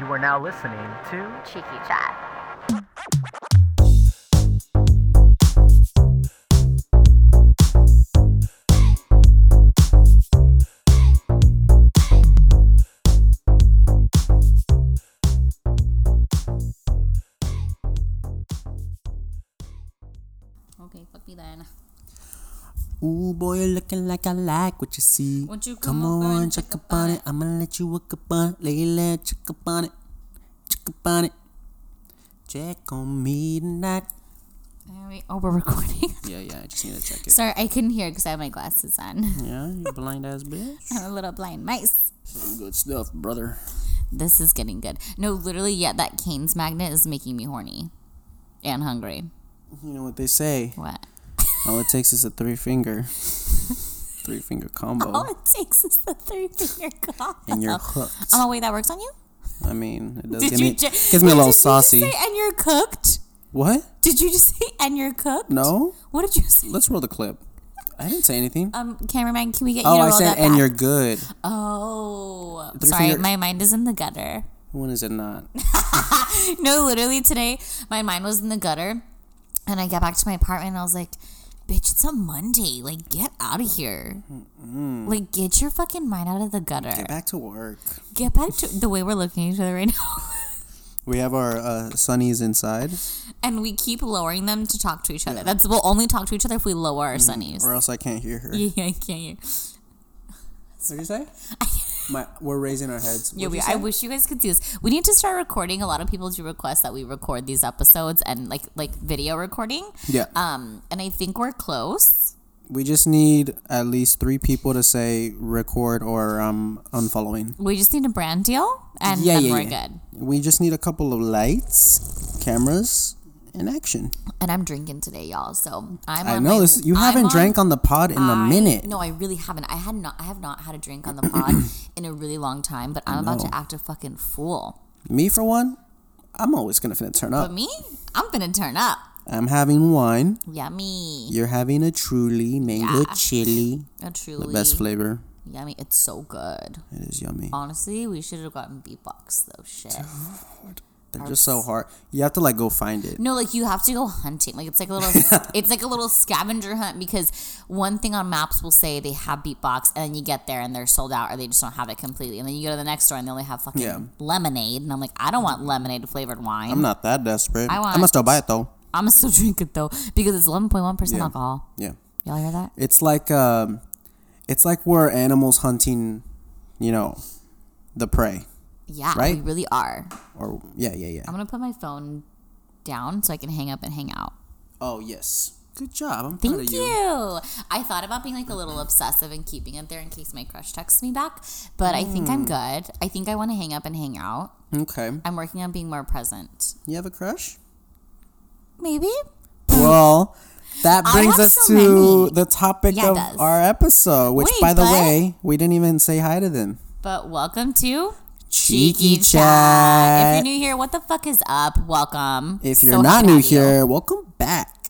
You are now listening to Cheeky Chat. Okay, fuck me then. Ooh, boy, you're looking like I like what you see. Won't you come, on, check up on it. I'ma let you work up on it. Lay there, check up on it. Check up on it. Check on me tonight. There we- oh, we're recording. Yeah, yeah, I just need to check it. Sorry, I couldn't hear because I had my glasses on. Yeah, you blind ass bitch. I'm a little blind mice. Good stuff, brother. This is getting good. No, literally, yeah, that Canes magnet is making me horny and hungry. You know what they say? What? All it takes is a three finger, three finger combo, All it takes is the three finger cough. Oh. and you're hooked. Oh wait, that works on you. I mean, it does Did give you me ju- gives me Wait, a little did you just saucy. say, and you're cooked. What? Did you just say and you're cooked? No. What did you say? Let's roll the clip. I didn't say anything. Um, cameraman, can we get you Oh, to I roll said, that and back? you're good. Oh, Three sorry, finger- my mind is in the gutter. When is it not? No, literally today, my mind was in the gutter, and I got back to my apartment, and I was like, "Bitch, it's a Monday. Like, get out of here. Like, get your fucking mind out of the gutter. Get Get back, back to work. to the way we're looking at each other right now, We have our uh, sunnies inside, and we keep lowering them to talk to each other. That's we'll only talk to each other if we lower our sunnies. or else I can't hear her. Yeah, yeah, I can't hear. What did you say? My, we're raising our heads. Yeah, What'd we, you I say? wish you guys could see this. We need to start recording. A lot of people do request that we record these episodes and like like video recording. Yeah. Um, and I think we're close. we just need at least three people to say record or um unfollowing. We just need a brand deal, and Yeah, then yeah, we're yeah. good. We just need a couple of lights, cameras, and action. And I'm drinking today, y'all. So I'm. I on know my- this. You I'm haven't on- drank on the pod in a I- minute. No, I really haven't. I had not. I have not had a drink on the pod in a really long time. But I'm about to act a fucking fool. Me for one, I'm always gonna finna turn But up. me, I'm gonna turn up. I'm having wine. Yummy. You're having a truly mango Yeah. chili. A The truly best flavor. Yummy. It's so good. It is yummy. Honestly, we should have gotten beatbox though. Shit. They're just so hard. You have to like go find it. No, like you have to go hunting. Like it's like a little, it's like a little scavenger hunt because one thing on maps will say they have beatbox, and then you get there and they're sold out, or they just don't have it completely. And then you go to the next store and they only have fucking Yeah. lemonade, and I'm like, I don't want lemonade flavored wine. I'm not that desperate. I I want- am gonna still buy it though. I'm gonna still drink it though because it's 11.1 percent Yeah. alcohol. Yeah. Y'all hear that? It's like um, it's like we're animals hunting, you know, the prey. Yeah, we Right? really are. Or yeah, yeah, yeah. I'm gonna put my phone down so I can hang up and hang out. Oh yes. Good job. I'm proud Thank of you. you. I thought about being like a little obsessive and keeping it there in case my crush texts me back, but I think Hmm. I'm good. I think I want to hang up and hang out. Okay. I'm working on being more present. You have a crush? Maybe. well, that Um, I brings have us so to many. the topic Yeah, it of does. our episode, which Wait, by the but- way, we didn't even say hi to them. But welcome to Cheeky Chat. Chat. If you're new here, what the fuck is up? Welcome. If you're So not happy new to have you. here, welcome back.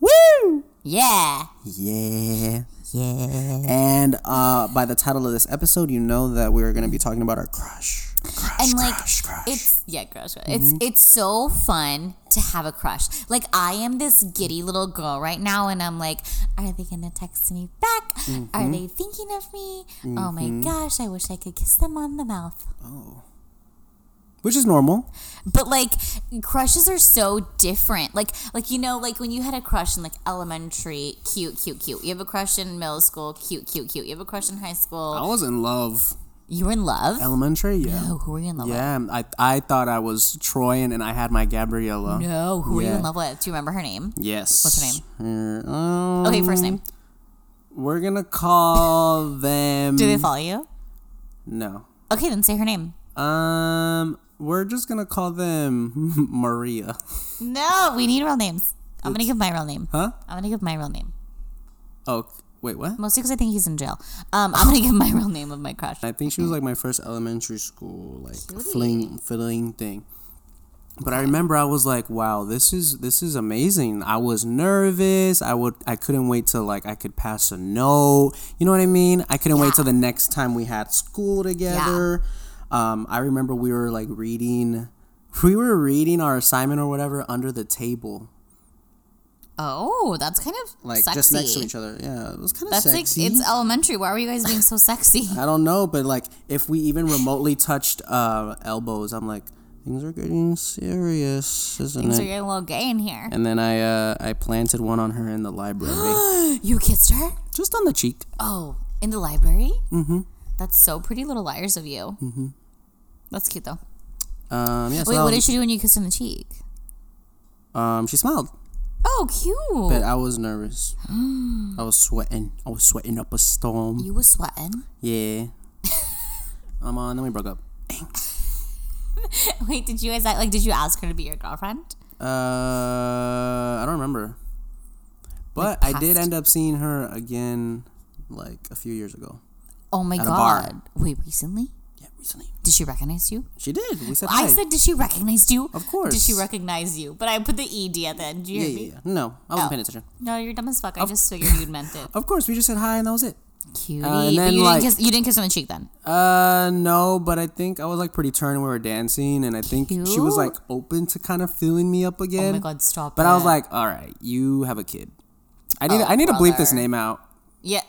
Woo! yeah. Yeah. Yeah. And uh, by the title of this episode, you know that we're going to be talking about our crush. Crush, and like crush, crush. it's yeah crush, crush. it's Mm-hmm. it's so fun to have a crush like i am this giddy little girl right now and i'm like are they gonna text me back Mm-hmm. are they thinking of me oh my gosh i wish i could kiss them on the mouth Which is normal. but like crushes are so different like like you know like when you had a crush in like elementary cute cute cute you have a crush in middle school cute cute cute you have a crush in high school was in love. you were in love Elementary? Yeah. no who were you in love Yeah, I, I thought I was Troyan and I had my Gabriella. with no who were you Yeah. in love with do you remember her name Yes. What's her name? um, okay first name We're going to call them. do they follow you No. Okay, then say her name. Um, we're just going to call them Maria. No, we need real names. I'm gonna give my real name. Huh? I'm gonna give my real name. Oh, wait, what? Mostly because I think he's in jail. Um, I'm gonna give my real name of my crush. I think she was like my first elementary school like fling fling thing. But I remember I was like, wow, this is this is amazing. I was nervous. I would I couldn't wait till like I could pass a note. You know what I mean? I couldn't wait till the next time we had school together. Um, I remember we were like reading, we were reading our assignment or whatever under the table, Oh, that's kind of like sexy. just next to each other. Yeah, it was kind of That's sexy. like it's elementary. Why were you guys being so sexy? I don't know, but like if we even remotely touched uh, elbows, I'm like things are getting serious, isn't Things it? are getting a little gay in here. and then I uh, I planted one on her in the library, You kissed her? just on the cheek. Oh, in the library? Mm-hmm. That's so pretty little liars of you. Mm-hmm. That's cute though. Um, yeah, so Wait, that what did was- she do when you kissed her on the cheek? um, she smiled, Oh, cute. but I was nervous. I was sweating. I was sweating up a storm. you was sweating. Yeah. um, uh, then we broke up. Wait, did you guys act- like? Did you ask her to be your girlfriend? Uh, I don't remember, but I did past- end up seeing her again, like a few years ago. Oh my At a bar. god! Wait, recently? Yeah, recently. Did she recognize you? She did. We said I hi. said, did she recognize you? Of course. Did she recognize you? But I put the ed at the end. Do you yeah, hear yeah, me? yeah. No, I wasn't Oh. paying attention. No, you're dumb as fuck. I just figured you'd meant it. Of course, we just said hi and that was it. Cutie. Uh, and but then, you, like- didn't kiss, you didn't kiss her on the cheek then. Uh, no, but I think I was like pretty turned. when We were dancing, and I think she was Cute. like open to kind of feeling me up again. Oh my god, stop. But I was it. like, all right, you have a kid. I need Oh, I need to bleep this brother. Oh, name out. yeah.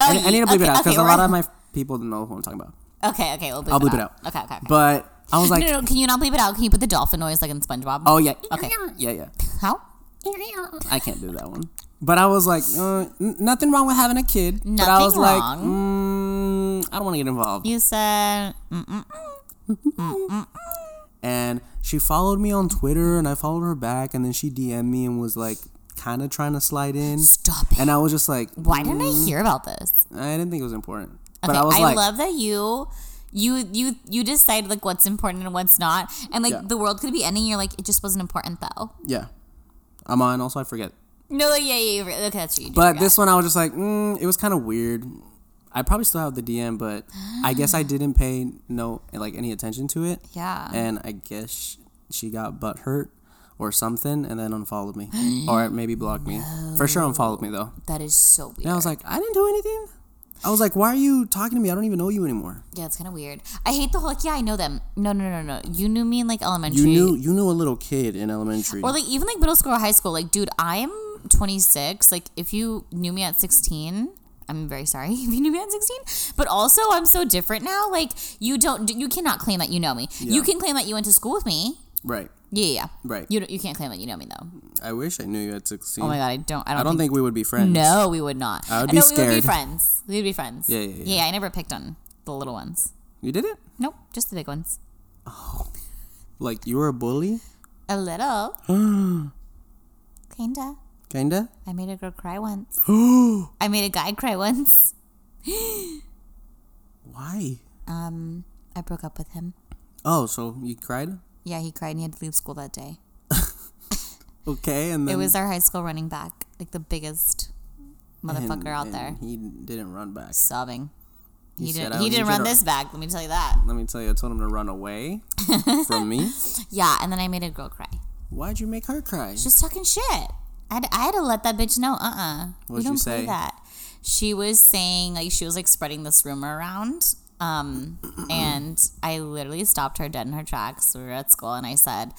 I, I need to bleep it out because a lot of my. my people don't know who I'm talking about. Okay, okay, we'll bleep I'll bleep it it out. out. Okay, okay. okay. But I was like, no, no, no, can you not bleep it out? Can you put the dolphin noise like in SpongeBob? oh yeah, Okay. yeah, yeah. How? I can't do that one. But I was like, uh, n- nothing wrong with having a kid. but I Nothing was like, mm, I don't want to get involved. You said. Mm, And she followed me on Twitter, and I followed her back, and then she DM'd me and was like, kind of trying to slide in. Stop it. And I was just like, Why didn't I hear about this? I didn't think it was important. Okay, but I was like, love that you. You you you decide like what's important and what's not, and like Yeah. the world could be ending. You're like it just wasn't important though. yeah, I'm on. Also, I forget. No, like, yeah, yeah, yeah. Okay, that's what you do. But yeah. this one, I was just like, mm, it was kind of weird. I probably still have the DM, but I guess I didn't pay no like any attention to it. Yeah. And I guess she got butt hurt or something, and then unfollowed me, or maybe blocked me. For sure, unfollowed me though. That is so weird. And I was like, I didn't do anything. I was like, why are you talking to me? I don't even know you anymore. yeah, it's kind of weird. I hate the whole like, yeah, I know them. No, no, no, no. You knew me in like elementary. You knew you knew a little kid in elementary. Or like even like middle school or high school. Like, dude, I'm 26. Like, if you knew me at 16, I'm very sorry if you knew me at 16. But also, I'm so different now. Like, you don't, you cannot claim that you know me. You can claim that you went to school with me. right, Yeah, yeah, yeah. right. You don't, you can't claim that you know me though. I wish I knew you at sixteen. Oh my god, I don't. I don't. I don't think, think we would be friends. No, we would not. I would Uh, no, be we would scared. be friends. We would be friends. Yeah, yeah, yeah. I never picked on the little ones. you did it. Nope, just the big ones. Like you were a bully, A little. Kinda. kinda. I made a girl cry once. I made a guy cry once. Why? Um, I broke up with him. Oh, so you cried? Yeah, he cried and he had to leave school that day. Okay, and then it was our high school running back, like the biggest and- motherfucker out and there, He didn't run back. sobbing. He, said, didn't. "Oh, "I He was didn't in run general." this back. Let me tell you that. Let me tell you, I told him to run away from me. Yeah, and then I made a girl cry. Why'd you make her cry? just talking shit. I had, I had to let that bitch know. Uh uh We What'd you don't say? play that. She was saying like she was like spreading this rumor around. Um, and I literally stopped her dead in her tracks. We were at school, and I said,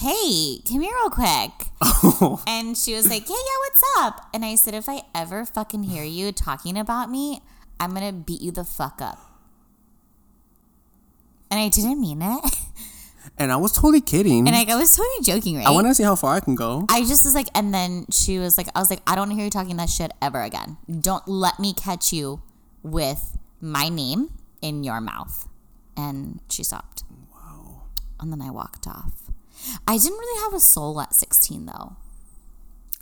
"Hey, come here real quick." And she was like, "Yeah, yeah, what's up?" And I said, "If I ever fucking hear you talking about me, I'm gonna beat you the fuck up." And I didn't mean it. And I was totally kidding. And like I was totally joking, right? I want to see how far I can go. I just was like, and then she was like, I was like, I don't wanna hear you talking that shit ever again. Don't let me catch you with my name in your mouth. And she stopped. Wow. And then I walked off. I didn't really have a soul at 16, though.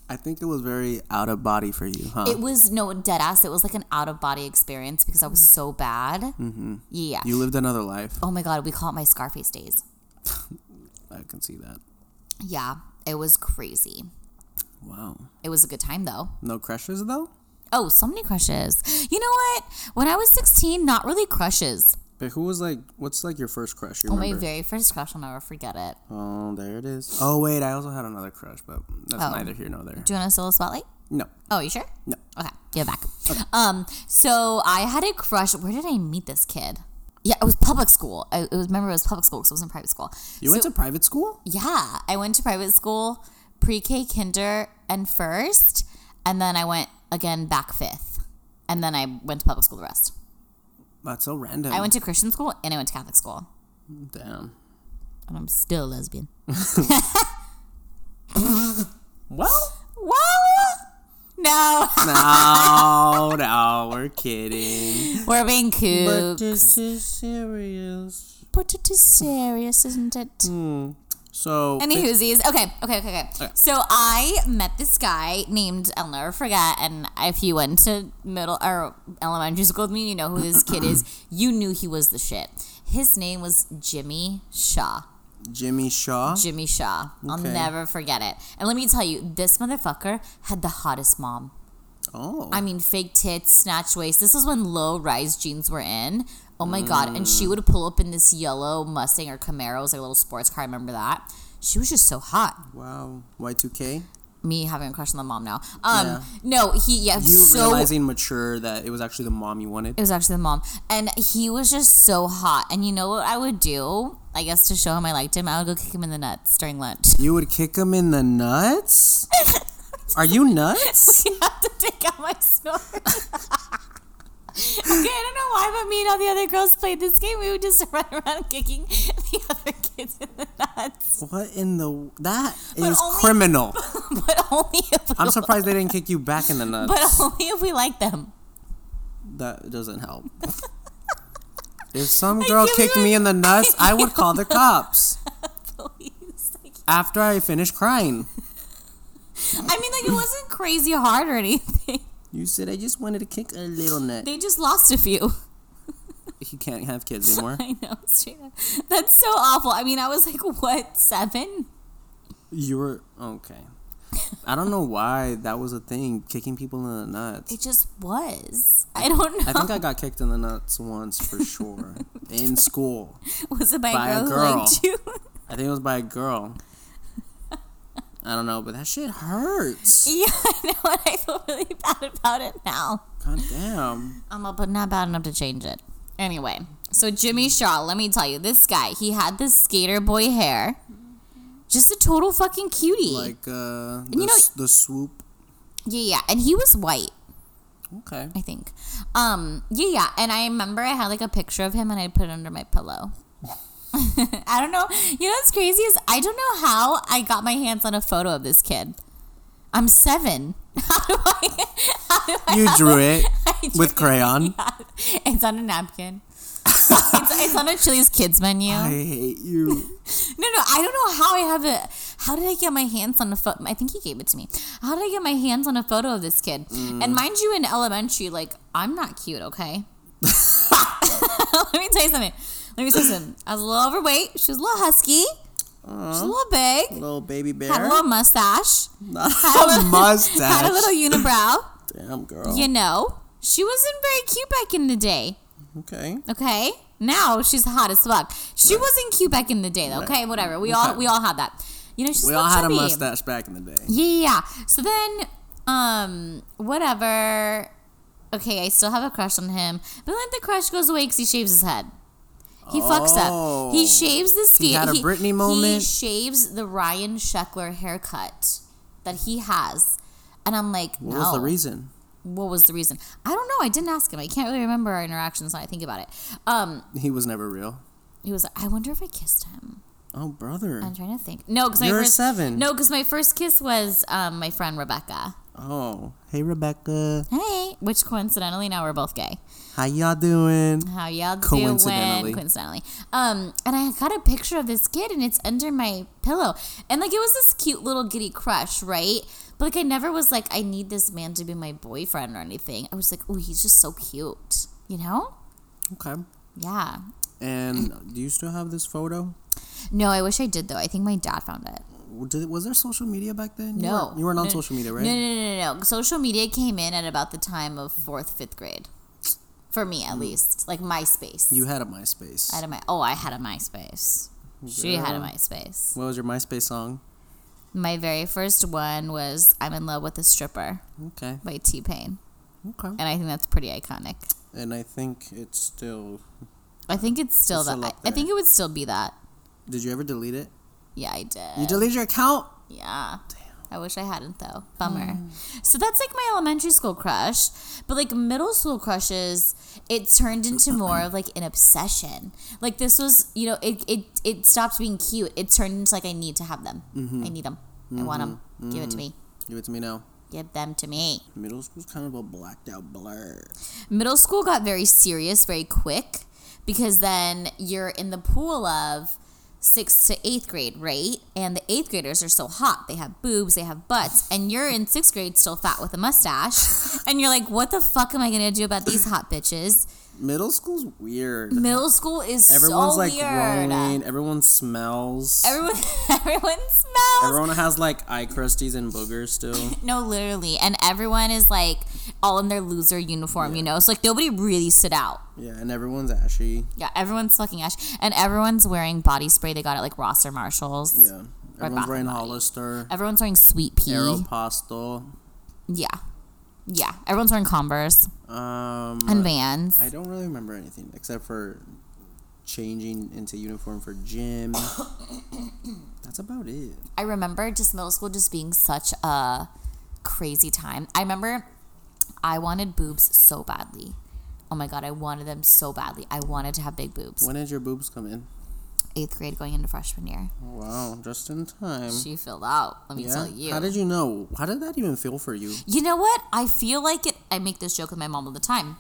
I think it was very out of body for you, huh? It was no dead ass. It was like an out of body experience because I was so bad. Mm-hmm. Yeah. you lived another life. oh my God. We call it my Scarface days. I can see that. Yeah. It was crazy. Wow. It was a good time, though. No crushes though. Oh, so many crushes. You know what? When I was 16, not really crushes. But who was like? What's like your first crush? You Oh, my remember? very first crush. I'll never forget it. oh, there it is. Oh wait, I also had another crush, but that's Oh. neither here nor there. Do you want to steal a spotlight? No. Oh, you sure? No. Okay, yeah, back. Um, so I had a crush. Where did I meet this kid? Yeah, it was public school. I it was, remember it was public school because it was in private school. You went to private school? Yeah, I went to private school, pre K, kinder, and first. And then I went again back fifth. And then I went to public school the rest. That's so random. I went to Christian school and I went to Catholic school. Damn. And I'm still a lesbian. Well, Whoa! No, no, no, we're kidding. we're being kooks. this is serious. But it is serious, isn't it? Hmm. So, Any whoosies. Okay, okay, okay, okay. So I met this guy named I'll never forget, and if you went to middle or elementary school with me, you know who this kid is. You knew he was the shit. His name was Jimmy Shaw. uh, Jimmy Shaw. Jimmy Shaw. I'll Okay. never forget it. And let me tell you, this motherfucker had the hottest mom. Oh, I mean, fake tits, snatch waist. This is when low rise jeans were in. Oh my god! And she would pull up in this yellow Mustang or Camaro, it was like a little sports car. I remember that. She was just so hot wow. Y2K. me having a crush on the mom now. Um, Yeah. no, he yeah, You so realizing mature that it was actually the mom you wanted. it was actually the mom, and he was just so hot. And you know what I would do? I guess to show him I liked him, I would go kick him in the nuts during lunch. You would kick him in the nuts? Are you nuts? you have to take out my sword. okay, I don't know why, but me and all the other girls played this game. We would just run around kicking the other kids in the nuts, What in the that is only- criminal. but only if we, I'm surprised they didn't kick you back in the nuts. but only if we liked them. that doesn't help. if some girl give kicked you a- me in the nuts, I would call the cops Please. Like, after I finish crying. I mean, like it wasn't crazy hard or anything. You said I just wanted to kick a little nut. They just lost a few. He can't have kids anymore. I know, straight up. That's so awful. I mean, I was like, what, seven? You were okay. I don't know why that was a thing, kicking people in the nuts. It just was. I don't know. I think I got kicked in the nuts once for sure in school. was it by, by a a girl, girl. who liked you? I think it was by a girl. I don't know, but that shit hurts. yeah, I know, and I feel really bad about it now. God damn. I'm up, but not bad enough to change it. Anyway, so Jimmy Shaw, let me tell you, this guy, he had this skater boy hair. Just a total fucking cutie. Like uh, the, you know- s- the swoop. yeah, yeah. And he was white. Okay. I think. Um, yeah, yeah. And I remember I had like a picture of him and I put it under my pillow. I don't know. You know what's crazy is I don't know how I got my hands on a photo of this kid. I'm seven. You drew it with crayon. It's on a napkin. it's, it's on a Chili's kids menu. I hate you. No, no, I don't know how I have it. How did I get my hands on a photo? I think he gave it to me. How did I get my hands on a photo of this kid? Mm. And mind you, in elementary, like I'm not cute, okay? Let me tell you something. Let me tell you something. I was a little overweight. She was a little husky. She was a little big. Little baby Had a bear. little mustache. Not a a little- Had a mustache. Oh. little unibrow. Damn, girl. You know, she wasn't very cute back in the day. Okay. Okay. Now she's hot as fuck. She wasn't cute back in the day, though. Okay, whatever. We all Okay. we all had that. You know, she's We a little all had a chubby. mustache back in the day. Yeah, yeah, yeah. So then, um, whatever. Okay, I still have a crush on him, but then the crush goes away because he shaves his head. He fucks up. Oh. He shaves the skin. had a Britney moment. He shaves the Ryan Sheckler haircut that he has, and I'm like, What no. was the reason? What was the reason? I don't know. I didn't ask him. I can't really remember our interactions now. I think about it. Um, He was never real. he was. I wonder if I kissed him. Oh, brother. I'm trying to think. No, because my You're first seven. no, because my first kiss was um, my friend Rebecca. Oh. Hey, Rebecca. Hey, which coincidentally now we're both gay. How y'all doing? How y'all Coincidentally. doing? Coincidentally. Um, and I got a picture of this kid, and it's under my pillow, and like it was this cute little giddy crush, right? But like I never was like I need this man to be my boyfriend or anything. I was like, oh, he's just so cute, you know? Uh-huh. Okay. Yeah. And do you still have this photo? No, I wish I did though. I think my dad found it. Did, was there social media back then? You No, weren't- you weren't on No, social media, right? No, no, no, no, no. Social media came in at about the time of fourth, fifth grade, for me at least. Like MySpace. Mm. You had a MySpace. I had a my oh, I had a MySpace. She had a Girl. MySpace. What was your MySpace song? My very first one was "I'm in Love with a Stripper" Okay. by T Pain, Okay. and I think that's pretty iconic. And I think it's still I think it's still It's that. still up I, I think it would still be that. Did you ever delete it? Yeah, I did. You deleted your account? Yeah. I wish I hadn't though. Bummer. Hmm. So that's like my elementary school crush, but like middle school crushes, it turned into more of like an obsession. Like this was, you know, it it it stopped being cute. It turned into like I need to have them. Mm-hmm. I need them. I want them. Give it to me. Give it to me now. Give them to me. Middle school's kind of a blacked out blur. middle school got very serious very quick because then you're in the pool of sixth to eighth grade, right? And the eighth graders are so hot. They have boobs, they have butts, and you're in sixth grade still fat with a mustache. And you're like, what the fuck am I gonna do about these hot bitches? Middle school's weird. Middle school is Everyone's so like weird. groaning. Everyone smells. Everyone, everyone smells. Everyone has like eye crusties and boogers still. No, literally. And everyone is like all in their loser uniform, you know? It's like nobody really stood out. yeah, and everyone's ashy. Yeah, everyone's fucking ash, and everyone's wearing body spray they got at like Ross or Marshalls. Or Yeah. Everyone's Bath wearing and Body. Hollister, Everyone's wearing Sweet Pea. Aeropostale. Yeah, yeah. Everyone's wearing Converse Um, and Vans. I don't really remember anything except for changing into uniform for gym. That's about it. I remember just middle school just being such a crazy time. I remember I wanted boobs so badly. Oh my god, I wanted them so badly. I wanted to have big boobs. When did your boobs come in? Eighth grade, going into freshman year, Oh, Wow, just in time. she filled out. Let me tell you. How did you know? How did that even feel for you? You know what? I feel like it. I make this joke with my mom all the time.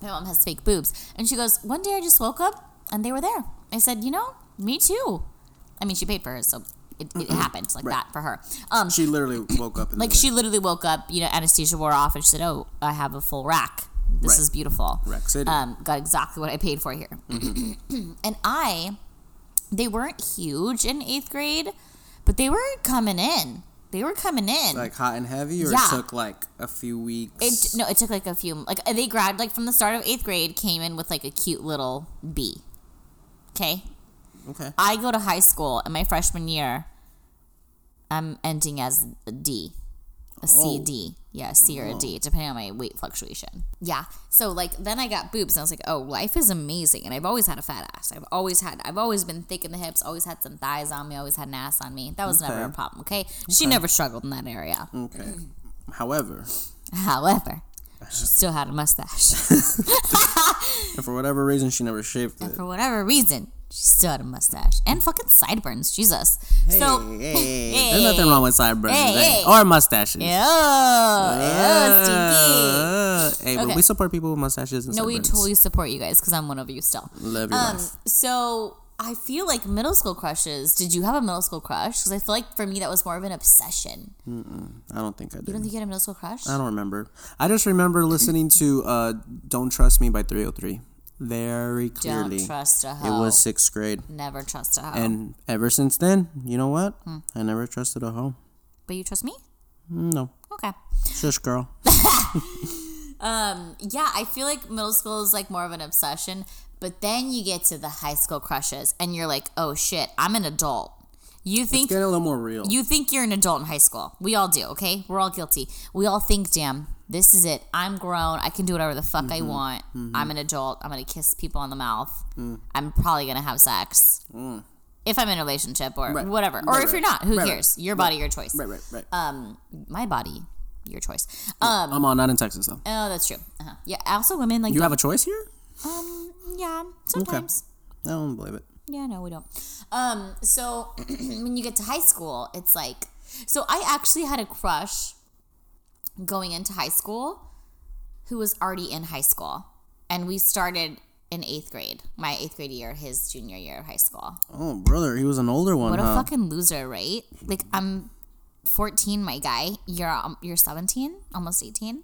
My mom has fake boobs. And she goes, One day I just woke up and they were there. I said, You know, me too. I mean, she paid for hers, so it, it happened like Mm-hmm. Right. that for her. Um, She literally woke up and like, she literally woke up, you know, anesthesia wore off and she said, Oh, I have a full rack. This Right. is beautiful. Rack City. Mm-hmm. Um, got exactly what I paid for here. and I, they weren't huge in eighth grade, but they were coming in. They were coming in. like hot and heavy, or Yeah. it took like a few weeks. It no, it took like a few. Like they grabbed like from the start of eighth grade, came in with like a cute little B. Okay, okay. I go to high school and my freshman year, I'm ending as a D, a C Oh. D, yeah, a C or a D, depending on my weight fluctuation. Yeah, so like then I got boobs and I was like, oh, life is amazing, and I've always had a fat ass. I've always had, I've always been thick in the hips, always had some thighs on me, always had an ass on me. That was never a Okay. problem. Okay, she never struggled in that area. Okay. However, However, she still had a mustache. and for whatever reason, she never shaved it. for whatever reason, she still had a mustache and fucking sideburns. Jesus. so, hey, hey, hey, there's nothing wrong with sideburns Hey, eh? hey. or mustaches. ew, ew, stinky. Uh, hey, but Okay. we support people with mustaches and No, we sideburns. totally support you guys because I'm one of you still. Love your Um, life. so I feel like middle school crushes. Did you have a middle school crush? Because I feel like for me that was more of an obsession. I don't think I You don't did. think you had a middle school crush? I don't remember. I just remember listening to uh, "Don't Trust Me" by 303 very Don't clearly. trust a it hoe. was sixth grade, Never trust a hoe. and ever since then, you know what? Hmm. I never trusted a hoe. Mm, but you trust me? No, Okay. shush, girl. yeah, I feel like middle school is like more of an obsession, but then you get to the high school crushes and you're like, "Oh shit, I'm an adult." You think Get a little more real. you think you're an adult in high school. We all do, okay? We're all guilty. We all think, "Damn, this is it. I'm grown. I can do whatever the fuck Mm-hmm. I want. I'm an adult. I'm going to kiss people on the mouth. Mm. I'm probably going to have sex." If I'm in a relationship or Right. whatever, or Right, if you're right. not, who Right, right. cares? Your body, your choice. right, right, right. Um, my body, your choice. Um, I'm on, not in Texas though. oh, that's true. Uh-huh. Yeah. Also, women like You have a choice here? um, yeah, sometimes. I don't believe it. Yeah, no, we don't. Um, so when you get to high school, it's like so I actually had a crush going into high school who was already in high school. And we started in eighth grade, my eighth grade year, his junior year of high school. Oh, brother, he was an older one, What huh? a fucking loser, right? Like I'm 14, my guy. You're um, you're 17, almost 18.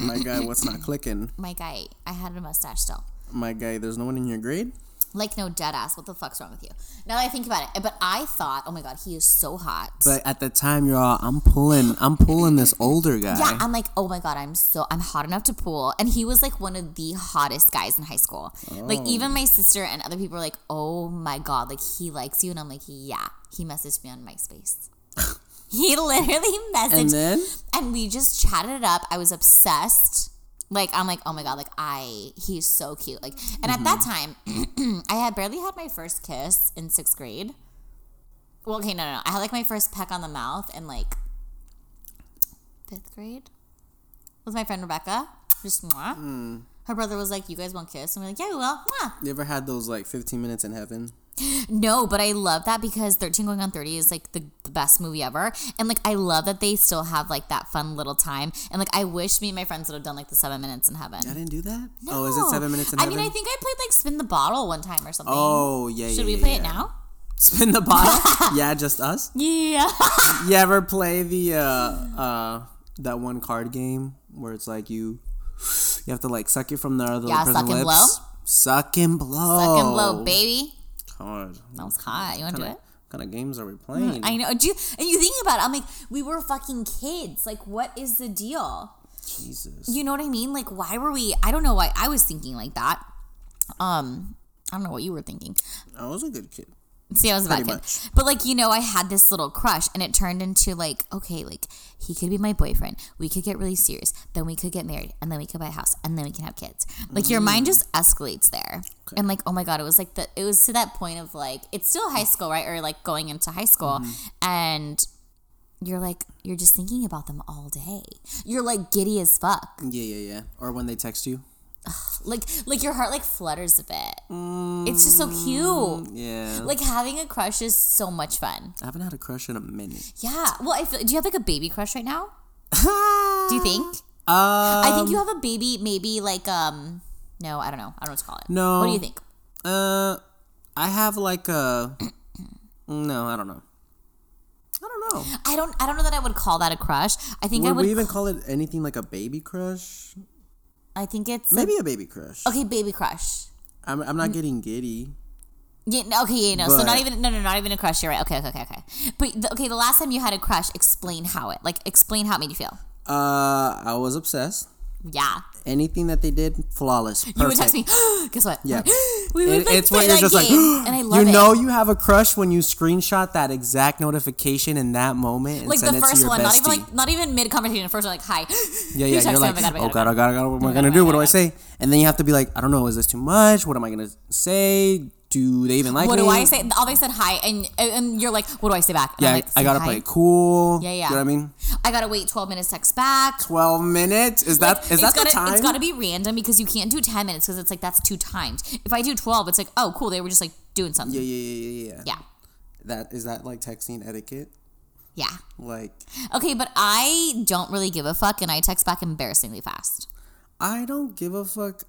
My guy, what's not clicking? My guy, I had a mustache still. My guy, there's no one in your grade? Like no dead ass. What the fuck's wrong with you? Now that I think about it, but I thought, oh my god, he is so hot. But at the time, you're all, I'm pulling, I'm pulling this older guy. Yeah, I'm like, oh my god, I'm so I'm hot enough to pool, and he was like one of the hottest guys in high school. Like even my sister and other people were like, oh my god, like he likes you, and I'm like, yeah. He messaged me on MySpace. he literally messaged, And then? and we just chatted it up. I was obsessed. Like I'm like, oh my god, like I he's so cute. Like and at that time, I had barely had my first kiss in sixth grade. Well, okay, no, no, no. I had like my first peck on the mouth in like fifth grade with my friend Rebecca. Just mwah. Her brother was like, "You guys won't kiss," and we're like, "Yeah, we will." Mwah. You ever had those like 15 minutes in heaven? No, but I love that because 13 going on 30 is like the, the best movie ever. And like, I love that they still have like that fun little time. And like, I wish me and my friends would have done like the seven minutes in heaven. I didn't do that. Oh, is it seven minutes in I heaven? mean, I think I played like spin the bottle one time or something. oh, yeah. yeah, Should we yeah, play yeah. it now? Spin the bottle. yeah, just us. Yeah. You ever play the uh, uh, that one card game where it's like you you have to like suck it from the other Yeah, person's suck and lips? blow. Suck and blow. Fucking Oh. blow, baby. God, That was hot. You want to do kind it? of, kind of games are we Mm, playing? I know. Do you, and you think about it, I'm like, we were fucking kids. Like, what is the deal? Jesus. You know what I mean? Like, why were we? I don't know why I was thinking like that. Um, I don't know what you were thinking. I was a good kid. See, I was about Pretty to. much. But like, you know, I had this little crush and it turned into like, okay, like he could be my boyfriend. We could get really serious. Then we could get married and then we could buy a house and then we can have kids. Like your Mm. mind just escalates there. And like, oh my God, it was like the it was to that point of like it's still high school, right? Or like going into high school Mm-hmm. and you're like you're just thinking about them all day. You're like giddy as fuck. Yeah, yeah, yeah. Or when they text you. Like like your heart like flutters a bit. It's just so Mm. cute. Yeah. Like having a crush is so much fun. I haven't had a crush in a minute. Yeah. Well, I feel, do you have like a baby crush right now? Do you think? Uh, I think you have a baby, maybe like um. No, I don't know. I don't know what to call it. No. What do you think? uh, I have like a. No, I don't know. I don't know. I don't. I don't know that I would call that a crush. I think I Would would. we even call it anything like a baby crush? I think it's like- Maybe a baby crush. okay. Mm. Baby crush. I'm, I'm not getting giddy. Yeah. no, Okay. Yeah. No. so But- not even. No. No. Not even a crush. You're right. Okay. Okay. Okay. Okay. But the, okay. The last time you had a crush, explain how it. Like, explain how it made you feel. Uh, I was obsessed. Yeah. Anything that they did, flawless. Perfect. You would text me. Guess what? Yeah. we would It- like it's play when you're that just like, game, and I love you it. know you have a crush when you screenshot that exact notification in that moment and like send the it to first your one, not bestie. even like not even mid conversation. First one, like hi. yeah, You yeah. text You're me, like, my God, my oh God, god, oh god, oh god, what am I my gonna God, do? oh What do my I say? And then you have to be like, I don't know, is this too much? What am I gonna say? Do they even like what me? do I say? All they said hi, and and you're like, what do I say back? And Yeah, I'm like, I "Say gotta hi." play it cool. Yeah, You yeah. know what I mean? I gotta wait 12 minutes to text back. Twelve minutes is that is It's that the gotta, time? It's gotta be random because you can't do 10 minutes because it's like that's too timed. If I do 12, it's like, oh, cool, they were just like doing yeah, something. yeah, yeah, yeah, yeah. Yeah. That is that like texting etiquette? Yeah. Like, Okay, but I don't really give a fuck and I text back embarrassingly fast. I don't give a fuck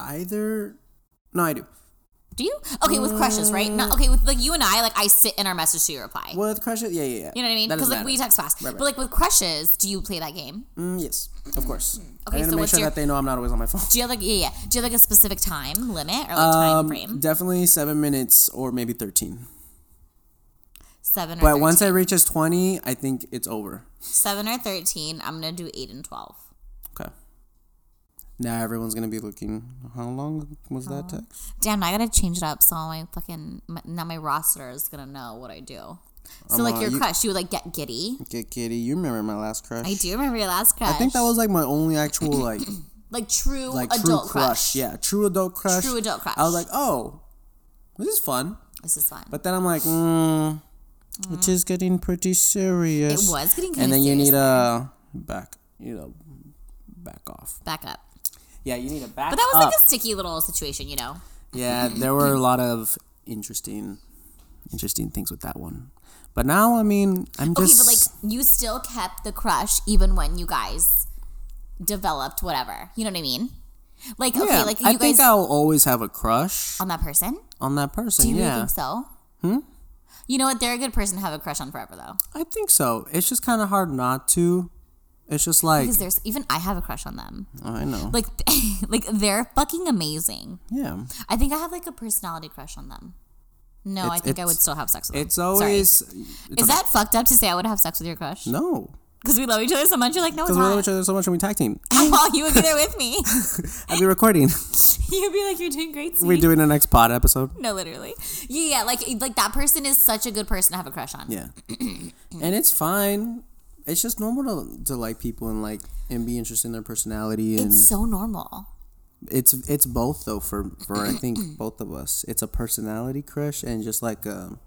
either. No, I do. Do you? Okay, with crushes, right? Not, okay, with like you and I, like I sit in our message to your reply. With crushes, yeah, yeah, yeah. Eh. You know what I mean? That Because doesn't like we matter. text fast. Right, right. But like with crushes, do you play that game? Mm, yes, of course. Hmm, Okay, I'm gonna so make what's sure your- that they know I'm not always on my phone. Do you have like yeah, yeah? Do you have like a specific time limit or like time Um, frame? Definitely seven minutes or maybe thirteen. Seven or But 13? once it reaches twenty, I think it's over. seven or thirteen. I'm gonna do eight and twelve. Okay. Now everyone's gonna be looking. How long was that text? Damn, I gotta change it up. So all my fucking my, now my roster is gonna know what I do. So I'm, like uh, your you- crush, you would like get giddy. Get kitty. You remember my last crush? I do remember your last crush. I think that was like my only actual like like true like true adult Oh, crush. crush. Yeah, true adult crush. True adult crush. I was like, oh, this is fun. this is fun. But then I'm like, mm, which is getting pretty serious. It was getting And kinda then you serious need a back, you know, back off. Back up. Yeah, you need a back. But that was up. like a sticky little situation, you know. Yeah, there were a lot of interesting, interesting things with that one. But now, I mean, I'm Okay, just but like you still kept the crush even when you guys developed whatever. You know what I mean? Like okay, yeah, like you I guys think I'll always have a crush on that person. on that person. Do you really yeah, think so? Hmm. You know what? They're a good person to have a crush on forever, though, I think so. It's just kind of hard not to. It's just like because there's even I have a crush on them. oh, I know. Like, like they're fucking amazing. yeah, I think I have like a personality crush on them. No, I It's- think I would it's- still have sex with them. it's Sorry. always Is that fucked up to say I would have sex with your crush? no Because we love each other so much. You're like, no, it's because we love not. each other so much and we tag team. Oh, you would be there with me. I'd be recording. You'd be like, you're doing great. We're sweetie." doing the next pod episode. No, literally. Yeah, yeah. Like, like that person is such a good person to have a crush on. Yeah, and it's fine. it's just normal to, to like people and like and be interested in their personality and It's so normal. it's it's both though for for I think both of us. It's a personality crush and just like a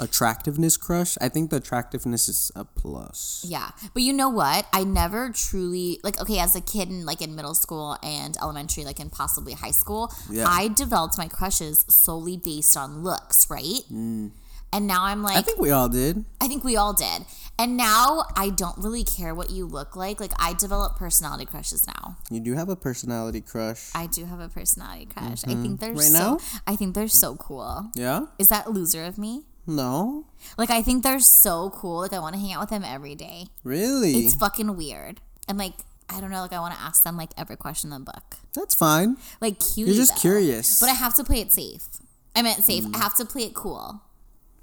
attractiveness crush. I think the attractiveness is a plus. Yeah. But you know what? I never truly like okay, as a kid in like in middle school and elementary, like in possibly high school, Yeah. I developed my crushes solely based on looks, right? And now I'm like Mm. I think we all did. I think we all did. And now I don't really care what you look like. Like I develop personality crushes now. You do have a personality crush. I do have a personality crush. I think they're Mm-hmm. Right so now? I think they're so cool. yeah? Is that loser of me? No. Like I think they're so cool. Like I want to hang out with them every day. Really? It's fucking weird. And like I don't know, like I want to ask them like every question in the book. That's fine. Like cute. You're just though. curious. Mm. But I have to play it safe. I meant safe. I have to play it cool.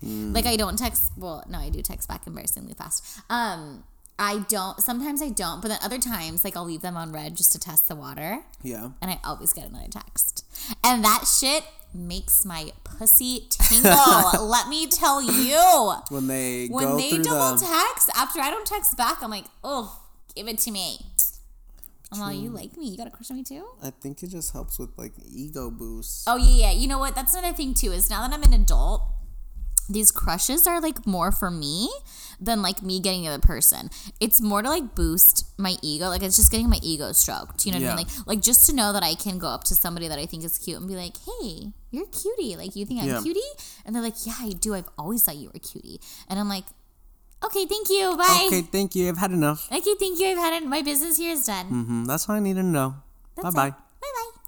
Like I don't text. Well, no, I do text back embarrassingly fast. Um, I don't. Sometimes I don't, but then other times, like I'll leave them on red just to test the water, yeah. and I always get another text. And that shit makes my pussy tingle. Let me tell you. When they When go they through double the text after I don't text back, I'm like, oh, give it to me. I'm like, you like me? You got a crush on me too? I think it just helps with like ego boost. Oh yeah, yeah. You know what? That's another thing too. Is now that I'm an adult, these crushes are like more for me than like me getting the other person. It's more to like boost my ego. Like it's just getting my ego stroked. You know what I Yeah. mean? Like like just to know that I can go up to somebody that I think is cute and be like, hey, you're a cutie. Like you think I'm Yeah. cutie? And they're like, yeah, I do. I've always thought you were a cutie. And I'm like, okay, thank you. Bye. Okay, Okay. thank you. I've had enough. thank you. I've had it. My business here is done. Mm, That's all I need to know. Bye That's bye. Bye bye.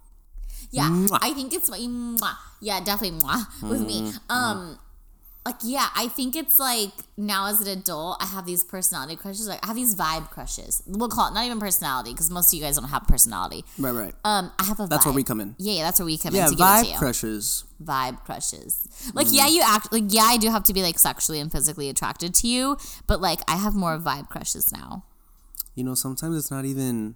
Yeah, Mwah. I think it's mwah. yeah, definitely mwah with me. Mm-hmm. Um, like yeah, I think it's like now as an adult, I have these personality crushes. Like I have these vibe crushes. We'll call it not even personality because most of you guys don't have personality. Right, right. Um, I have a. That's vibe. where we come in. Yeah, yeah, that's where we come Yeah, in to vibe give it to vibe Mm-hmm. you. crushes. vibe crushes. Like yeah, you act like yeah, I do have to be like sexually and physically attracted to you, but like I have more vibe crushes now. You know, sometimes it's not even.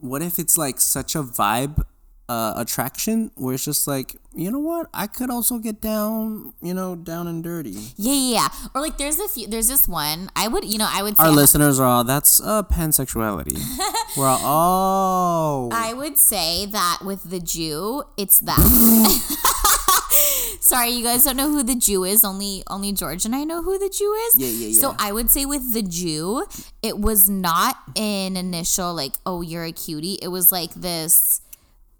What if it's like such a vibe uh, attraction where it's just like, you know what? I could also get down, you know, down and dirty. Yeah, yeah, yeah. Or like there's a few. There's this one. I would you know I would say Our I'm a- listeners are all, that's uh, pansexuality. We're all, oh. I would say that with the Jew, it's that. Sorry, you guys don't know who the Jew is. Only only George and I know who the Jew is. Yeah, yeah, So yeah. I would say with the Jew, it was not an initial like, oh, you're a cutie. It was like this.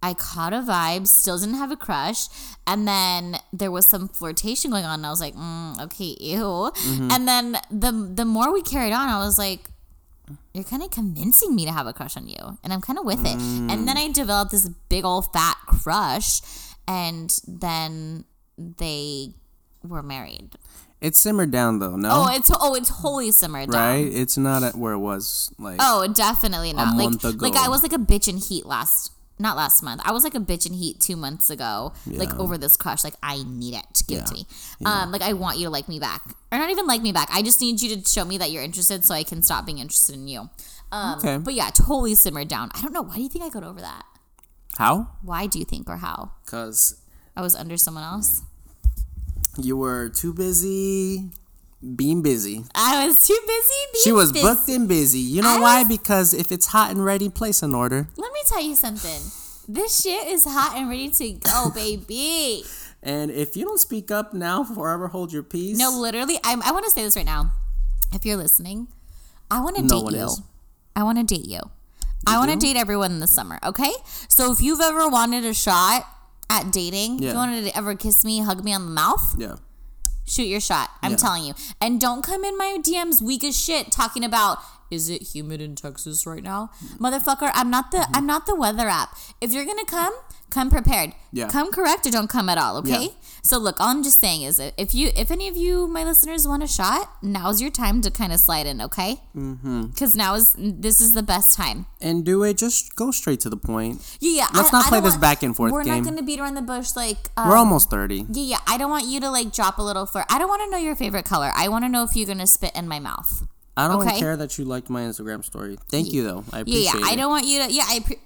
I caught a vibe, still didn't have a crush, and then there was some flirtation going on, and I was like, mm, okay, ew. Mm-hmm. And then the the more we carried on, I was like, you're kind of convincing me to have a crush on you and i'm kind of with it and then Mm. i developed this big old fat crush and then they were married It simmered down though, no? oh it's oh it's wholly simmered down right? It's not at where it was. Like, oh definitely not like month ago. like i was like a bitch in heat last not last month i was like a bitch in heat two months ago like Yeah. over this crush like i need it give it to Yeah. me um like i want you to like me back or not even like me back i just need you to show me that you're interested so i can stop being interested in you um Okay. but yeah totally simmered down i don't know why do you think i got over that how? why do you think or how Because i was under someone else You were too busy being busy. i was too busy being She was busy. booked and busy. You know I why? was- Because if it's hot and ready, place an order. let me tell you something this shit is hot and ready to go baby And if you don't speak up now, forever hold your peace. No, literally, I, I want to say this right now. If you're listening, I want to No one date you. is. I want to date you. I want to date everyone in the summer. Okay, so if you've ever wanted a shot at dating, Yeah. if you wanted to ever kiss me, hug me on the mouth, Yeah. shoot your shot. I'm Yeah. telling you, and don't come in my DMs weak as shit talking about. Is it humid in Texas right now, motherfucker? I'm not the I'm not the weather app. If you're gonna come, come prepared. Yeah. Come correct or don't come at all. Okay. Yeah. So look, all I'm just saying is that if you if any of you my listeners want a shot, now's your time to kind of slide in. Okay. Mm-hmm. Because now is this is the best time. And do it. Just go straight to the point. Yeah. yeah Let's not play don't this back and forth We're game. not gonna beat around the bush like. Um, We're almost 30. yeah, yeah. I don't want you to like drop a little flirt. I don't want to know your favorite color. I want to know if you're gonna spit in my mouth. I don't okay. care that you liked my Instagram story. Thank you, though. I Yeah, appreciate yeah. it. I don't want you to. Yeah, I. Pre-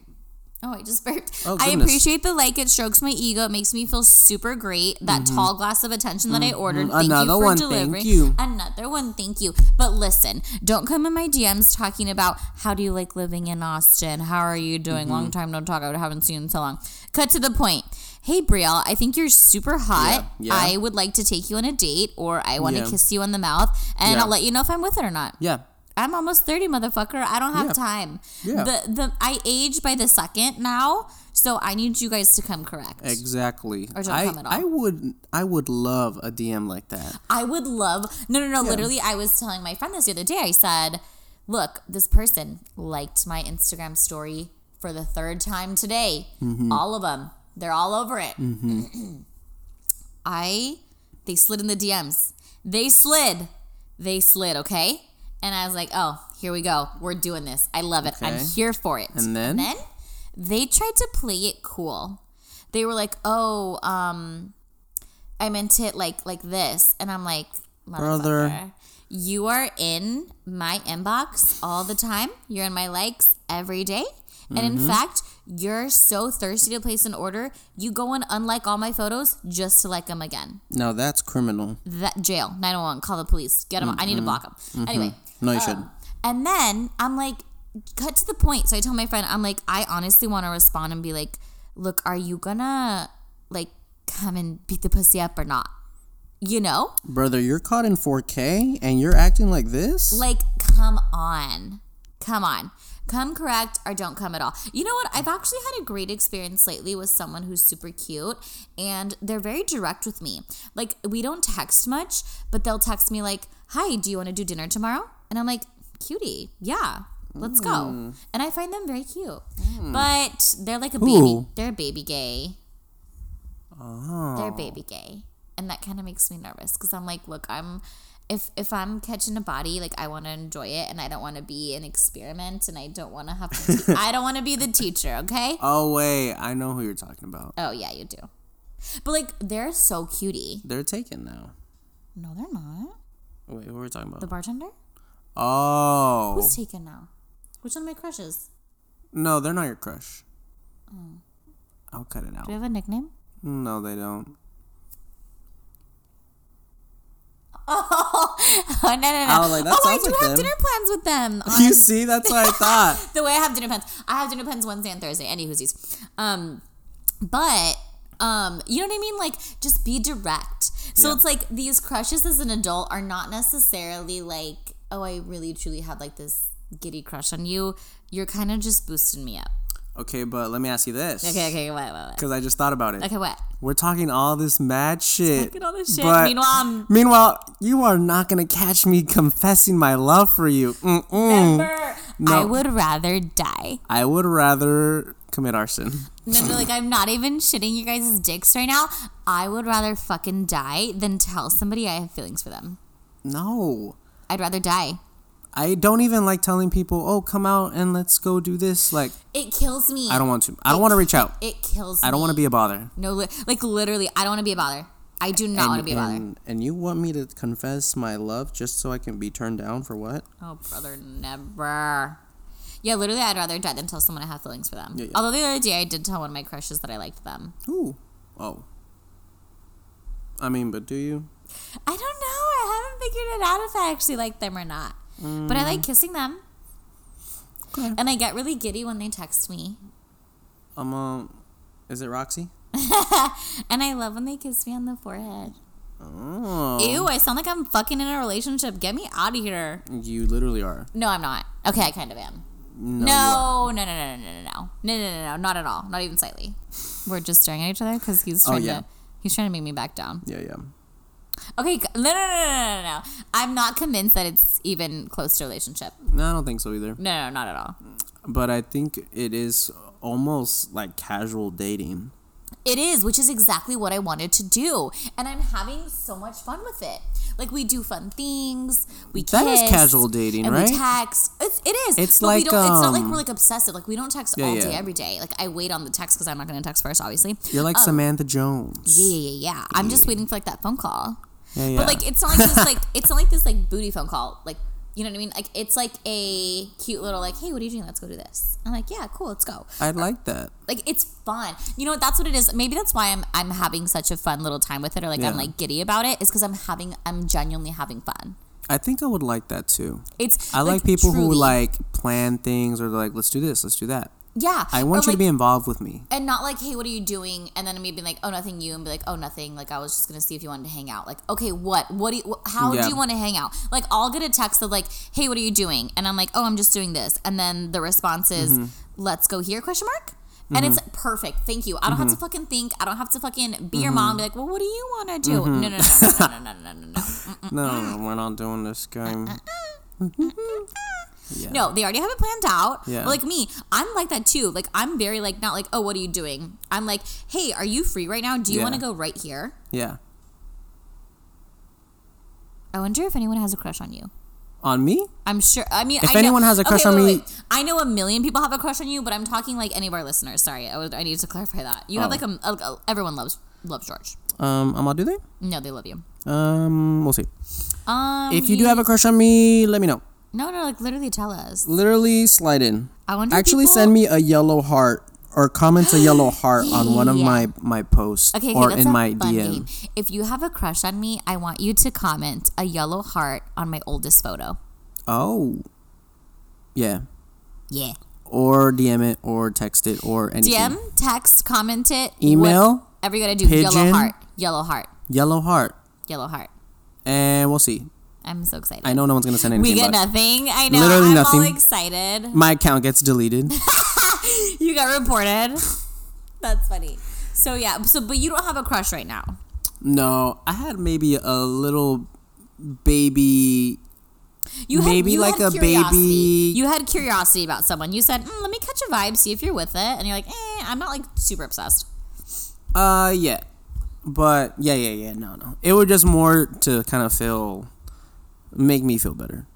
Oh, I just burped. Oh, I goodness. appreciate the like. It strokes my ego. It makes me feel super great. That tall glass of attention that I ordered. Thank Mm-hmm. Another you for one, thank delivering. you. Another one. Thank you. But listen, don't come in my DMs talking about how do you like living in Austin? How are you doing? Long Mm-hmm. time no talk. I haven't seen you in so long. Cut to the point. Hey, Brielle, I think you're super hot. Yeah, yeah. I would like to take you on a date or I want to Yeah. kiss you on the mouth and Yeah. I'll let you know if I'm with it or not. Yeah. I'm almost 30, motherfucker. I don't have Yeah. time. Yeah. The the I age by the second now, so I need you guys to come correct. Exactly. Or don't I, come at all. I would I would love a DM like that. I would love No, no, no. Literally, I was telling my friend this the other day. I said, "Look, this person liked my Instagram story for the third time today. Mm-hmm. All of them. They're all over it." I they slid in the DMs. They slid. They slid, okay? And I was like, "Oh, here we go. We're doing this. I love it. I'm Okay. here for it." And then? then they tried to play it cool. They were like, "Oh, um I meant it like like this." And I'm like, Brother. "Motherfucker, you are in my inbox all the time. You're in my likes every day. And in fact, you're so thirsty to place an order, you go and unlike all my photos just to like them again. Now that's criminal. That jail, 911, call the police. Get them. I need to block them. Anyway, No, you shouldn't. and then I'm like, cut to the point. So I tell my friend, I'm like, I honestly want to respond and be like, look, are you gonna like come and beat the pussy up or not? You know, Brother, you're caught in 4K and you're acting like this? like, come on, come on, come correct or don't come at all. You know what? I've actually had a great experience lately with someone who's super cute and they're very direct with me. Like, we don't text much, but they'll text me, like, hi, do you want to do dinner tomorrow? And I'm like, cutie, yeah. Let's go. And I find them very cute. But they're like a baby. Ooh. They're baby gay. oh. They're baby gay. And that kind of makes me nervous because I'm like, look, I'm if if I'm catching a body, like I want to enjoy it, and I don't want to be an experiment, and I don't want to have to. Te- I don't want to be the teacher, okay? Oh wait, I know who you're talking about. Oh yeah, you do. But like, they're so cutie. They're taken now. No, they're not. Wait, who are we talking The about? bartender Oh. who's taken now. Which one of my crushes? No, they're not your crush. Oh. I'll cut it Do we have out. a nickname? No, they don't. Oh, no, no, no. Oh, like, that oh I sounds do like have them. dinner plans with them. on You see, that's what I thought. the way I have dinner plans. I have dinner plans Wednesday and Thursday. Any whoosies. Um, but um, you know what I mean? Like, just be direct. So Yeah. it's like these crushes as an adult are not necessarily like, oh, I really truly had like this giddy crush on you. You're kind of just boosting me up. Okay, but let me ask you this. Okay, okay, what, what, what? Because I just thought about it. Okay, what? We're talking all this mad shit. Look at all this shit. but- Meanwhile, um, I'm Meanwhile, you are not gonna catch me confessing my love for you. Mm-mm. never. I would rather die. I would rather commit arson. No, no, like I'm not even shitting you guys' dicks right now. I would rather fucking die than tell somebody I have feelings for them. No. I'd rather die. I don't even like telling people, oh, come out and let's go do this. Like, It kills me. I don't want to. I don't want to reach out. It kills. I don't want to be a bother. no, li- like literally, I don't want to be a bother. I do not want to be a bother. and, and you want me to confess my love just so I can be turned down for what? Oh brother, never. Yeah, literally, I'd rather die than tell someone I have feelings for them. Yeah, yeah. Although the other day I did tell one of my crushes that I liked them. Ooh. Oh. I mean, but do you? I don't know. I haven't figured it out if I actually like them or not. But I like kissing them. Mm. Okay. And I get really giddy when they text me. Um, um, is it Roxy? And I love when they kiss me on the forehead. Oh. Ew, I sound like I'm fucking in a relationship. Get me out of here. You literally are. No, I'm not. Okay, I kind of am. No. you are. No, no, no, no, no, no, no, no, no, no, no, not at all, not even slightly. We're just staring at each other because he's Oh, trying yeah. to he's trying to make me back down. Yeah, yeah. Okay, c- no, no, no, no, no, no. I'm not convinced that it's even close to a relationship. No, I don't think so either. No, no, not at all. But I think it is almost like casual dating. It is, which is exactly what I wanted to do, and I'm having so much fun with it. Like we do fun things. We That is kiss, casual dating, and We right? text. It's, it is. It's but we like, don't, it's not like um, we're like obsessive. Like we don't text Yeah, all yeah. day every day. Like I wait on the text because I'm not going to text first, obviously. You're like Samantha Jones. Oh. Yeah, yeah, yeah, yeah. I'm just waiting for like that phone call. Yeah, yeah. But like, it's not like this like it's not like this like booty phone call. Like You know what I mean? Like it's like a cute little like, hey, what are you doing? Let's go do this. I'm like, yeah, cool, let's go. I like that. Like it's fun. You know what? That's what it is. Maybe that's why I'm I'm having such a fun little time with it, or like I'm Yeah. like giddy about it. Is because I'm having I'm genuinely having fun. I think I would like that too. It's I like, people who truly- like plan things or like, let's do this, let's do that. yeah. I want or, you like, to be involved with me. and not like, hey, what are you doing? And then me being like, oh, nothing. You and be like, oh, nothing. Like I was just gonna see if you wanted to hang out. Like, okay, what? What do you? wh- How Yeah. do you want to hang out? Like, I'll get a text of like, hey, what are you doing? And I'm like, oh, I'm just doing this. And then the response is, Mm-hmm. let's go here? Question mark. And it's perfect. Thank you. I don't have Mm-hmm. to fucking think. I don't have to fucking be your mom. Be like, well, what do you want to do? Mm-hmm. No, no, no, no, no, no, no, no, no, no. No, we're not doing this game. Uh-uh. No, they already have it planned out. Yeah. Like me, I'm like that too. Like I'm very like not like, oh, what are you doing? I'm like, hey, are you free right now? Do you Yeah. want to go right here? Yeah. I wonder if anyone has a crush on you. On me? I'm sure. I mean, If I anyone know, has a crush on me- I know a million people have a crush on you, but I'm talking like any of our listeners. Sorry, I, would, I needed to clarify that. You have Oh. like a, a- a- everyone loves loves George. Um, I'm not do that. No, they love you. Um, we'll see. Um, If you do have a crush on me, let me know. no, no, like literally tell us. Literally slide in. I wonder. if Actually, people- send me a yellow heart or comment a yellow heart on one of Yeah. my my posts Okay, okay, or that's in a my fun DM. game. If you have a crush on me, I want you to comment a yellow heart on my oldest photo. Oh, yeah. Yeah. Or DM it, or text it, or anything. DM, text, comment it, Email? Whatever you gotta do. Yellow Pigeon? heart. Yellow heart. Yellow heart, Yellow heart. and we'll see. I'm so excited. I know no one's gonna send anything. We get but nothing. I know. Literally I'm all nothing. excited. my account gets deleted. You got reported. That's funny. So yeah. So but you don't have a crush right now. no, I had maybe a little baby. You had, Maybe you like had a curiosity. baby- You had curiosity about someone. You said, mm, "Let me catch a vibe, see if you're with it," and you're like, "Eh, I'm not like super obsessed." Uh, yeah, but yeah, yeah, yeah. No, no, it was just more to kind of feel, make me feel better.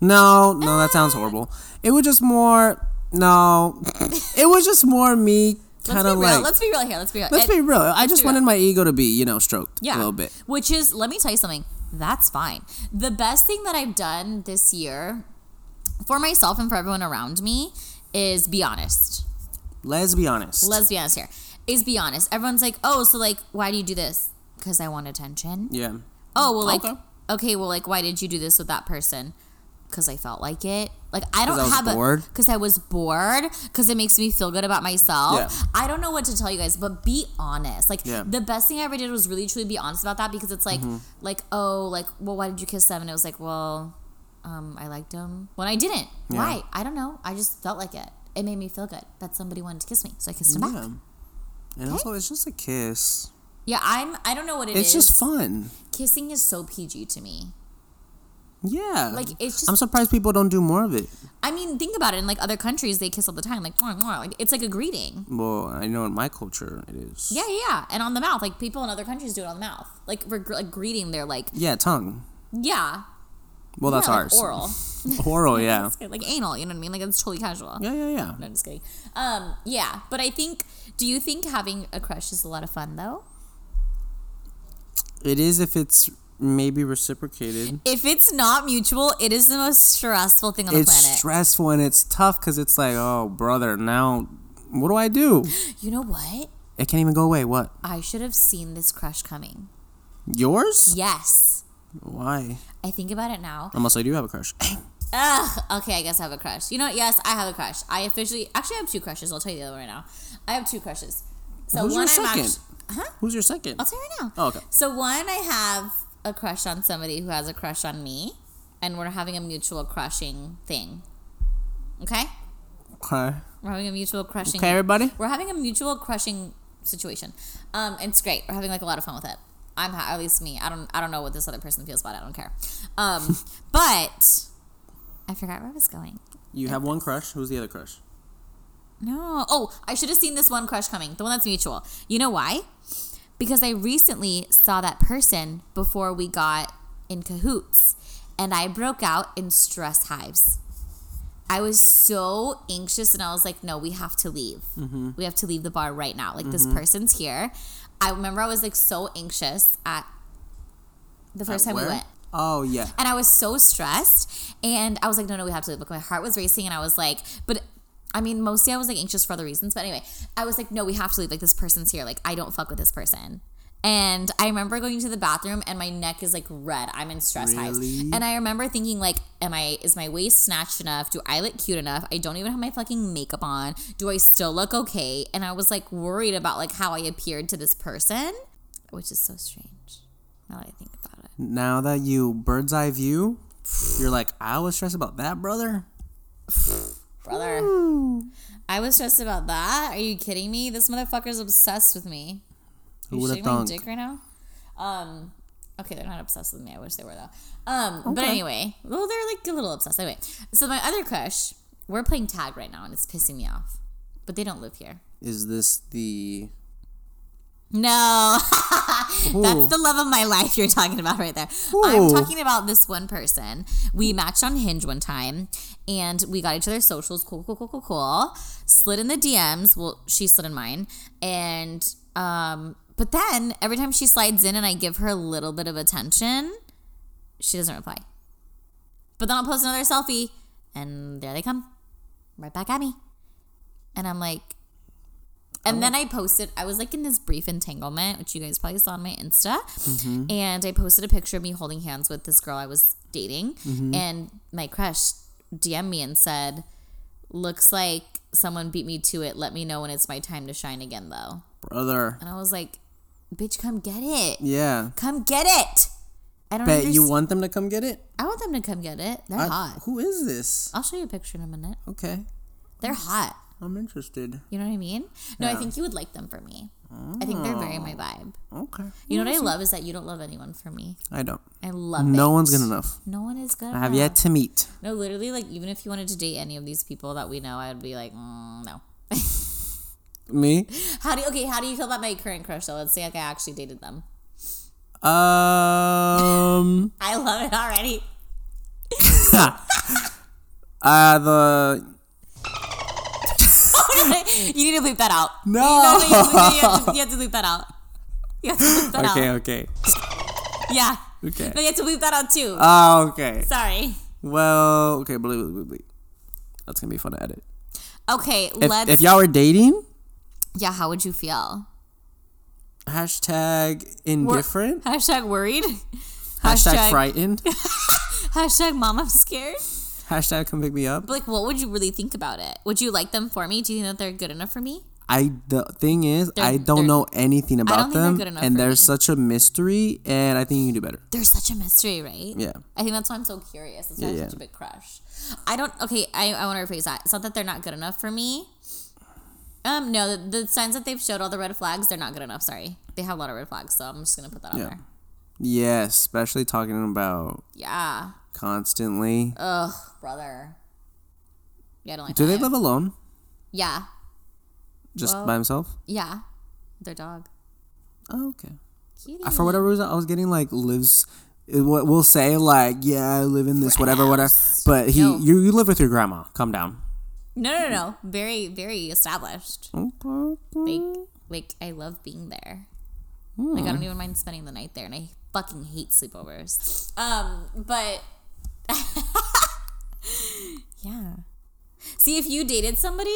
No, no, that Ah. sounds horrible. It was just more. No, it was just more me Let's kind be of real. like. let's be real here. Let's be real. Let's And- be real. I just be real. wanted my ego to be, you know, stroked yeah, a little bit. Which is, let me tell you something. That's fine. The best thing that I've done this year for myself and for everyone around me is be honest. Let's be honest. let's be honest here is be honest everyone's like oh so like why do you do this because i want attention yeah. oh well like okay. Okay. well like why did you do this with that person because i felt like it like i don't I was have bored? because i was bored because it makes me feel good about myself Yeah. i don't know what to tell you guys but be honest like Yeah. Mm-hmm. the best thing i ever did was really truly be honest about that because it's like like oh like well why did you kiss them and it was like well um i liked them when i didn't why i don't know i just felt like it it made me feel good that somebody wanted to kiss me so i kissed them back Yeah. And also, it's just a kiss. Yeah, I'm. I don't know what it's just fun. kissing is so PG to me. Yeah. Like, it's just- Um, I'm surprised people don't do more of it. I mean, think about it. In like other countries, they kiss all the time, like more, more. Like it's like a greeting. Well, I know in my culture it is. Yeah, yeah, yeah. And on the mouth, like people in other countries do it on the mouth, like for gr- like greeting. They're like, Yeah, tongue. yeah, Well, that's yeah, like, ours. oral, Oral, yeah. It's good, like anal. You know what I mean? Like it's totally casual. Yeah, yeah, yeah. No, I'm just kidding. Um, yeah, but I think. Do you think having a crush is a lot of fun though? It is if it's maybe reciprocated. If it's not mutual, it is the most stressful thing on It's the planet. stressful and it's tough because it's like, oh, brother, now what do I do? you know what? It can't even go away. What? I should have seen this crush coming. Yours? Yes. Why? I think about it now. Unless I do have a crush. Ugh. Okay, I guess I have a crush. You know what? Yes, I have a crush. I officially, actually, I have two crushes. I'll tell you the other one right now. I have two crushes. So Who's one your I'm second? actu- huh? Who's your second? I'll tell you right now. Oh, okay. So one, I have a crush on somebody who has a crush on me, and we're having a mutual crushing thing. Okay, Okay. we're having a mutual crushing. Okay, everybody. We're having a mutual crushing situation. Um, it's great. We're having like a lot of fun with it. I'm ha- at least me. I don't. I don't know what this other person feels about. it. I don't care. Um, but I forgot where I was going. You have one crush. Who's the other crush? No. Oh, I should have seen this one crush coming. The one that's mutual. You know why? Because I recently saw that person before we got in cahoots and I broke out in stress hives. I was so anxious and I was like, no, we have to leave. Mm-hmm. We have to leave the bar right now. Like, this person's here. I remember I was like so anxious at the first At time we where? went. Oh yeah. And I was so stressed. And I was like, no, no, we have to leave. Like, my heart was racing. And I was like, but I mean, mostly I was like anxious for other reasons. But anyway, I was like, no, we have to leave. Like, this person's here. Like, I don't fuck with this person. And I remember going to the bathroom and my neck is like red. I'm in stress highs. Really? And I remember thinking like, am I is my waist snatched enough? Do I look cute enough? I don't even have my fucking makeup on. Do I still look okay? And I was like worried about like how I appeared to this person, which is so strange. Now that I think about it. Now that you bird's eye view, you're like, I was stressed about that, brother. Brother. I was stressed about that. Are you kidding me? This motherfucker's obsessed with me. Who You would have shitting my thunk? dick right now? Um, okay, they're not obsessed with me. I wish they were though. Um, but anyway, well, they're like a little obsessed. Anyway, so my other crush, we're playing tag right now, and it's pissing me off. But they don't live here. Is this the? No, Ooh. that's the love of my life you're talking about right there. I'm Ooh. talking about this one person. We matched on Hinge one time and we got each other's socials. Cool, cool, cool, cool, cool. Slid in the DMs. Well, she slid in mine. And, um, but then every time she slides in and I give her a little bit of attention, she doesn't reply. But then I'll post another selfie and there they come right back at me. And I'm like, Oh. and then I posted, I was like in this brief entanglement, which you guys probably saw on my Insta. Mm-hmm. And I posted a picture of me holding hands with this girl I was dating. Mm-hmm. And my crush DM'd me and said, Looks like someone beat me to it. Let me know when it's my time to shine again, though. brother. And I was like, Bitch, come get it. Yeah. Come get it. I don't Bet understand. you want them to come get it. I want them to come get it. They're I- hot. who is this? I'll show you a picture in a minute. Okay, They're hot. I'm interested. You know what I mean? No, I think you would like them for me. I think they're very my vibe. Okay. You know what I love is that you don't love anyone for me. I don't. I love No it. one's good enough. No one is good. I have enough. yet to meet. No, literally, like even if you wanted to date any of these people that we know, I'd be like, mm, no. Me? How do you, okay? How do you feel about my current crush though? Let's say like I actually dated them. Um. I love it already. Uh, the you need to bleep that out. No. You, know, you have to, you have to bleep that out. You have to bleep that okay, out. okay, Yeah. No, okay. you have to bleep that out too. Ah, okay. Sorry. Well, okay. Believe it, believe it. That's gonna be fun to edit. Okay, If, let's. if y'all were dating, yeah, how would you feel? hashtag indifferent, Hashtag worried. hashtag, Hashtag- frightened, Hashtag mom, I'm scared. hashtag come pick me up. But like, what would you really think about it? Would you like them for me? Do you think that they're good enough for me? I the thing is, I they're- don't know anything about think they're them, good enough and for they're me. such a mystery. And I think you can do better. They're such a mystery, right? Yeah. I think that's why I'm so curious. That's why I'm Yeah, such yeah. a big crush. I don't. Okay, I, I want to rephrase that. It's not that they're not good enough for me. Um, no, the, the signs that they've showed all the red flags, they're not good enough. Sorry, they have a lot of red flags, so I'm just gonna put that out Yeah. there. Yes, especially talking about Yeah. constantly. Ugh, brother. Yeah, I don't like. do that they either. live alone, Yeah, just by himself? yeah. Their dog. Oh, okay. Cutie. I- For whatever reason, I was getting like lives. it- what We'll say like, yeah, I live in this whatever, whatever. But he, No. you, you live with your grandma. Calm down. No, no, no. Very, very established. Okay. Like, like I love being there. Like I don't even mind spending the night there, and I fucking hate sleepovers. Um, but yeah. See, if you dated somebody,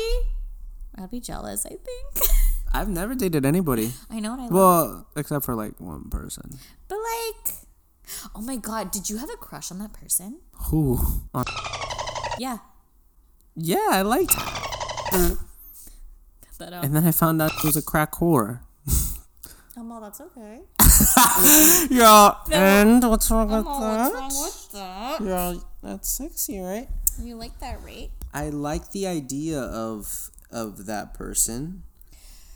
I'd be jealous. I think I've never dated anybody. I know what I love, Well, except for like one person. but like, oh my god, did you have a crush on that person? Who? Yeah. Yeah, I liked. her. But um, And then I found out she was a crack whore. um, well, that's okay. Yeah. And what's wrong with what's that? wrong with that? Yeah, that's sexy, right? You like that, right? I like the idea of of that person.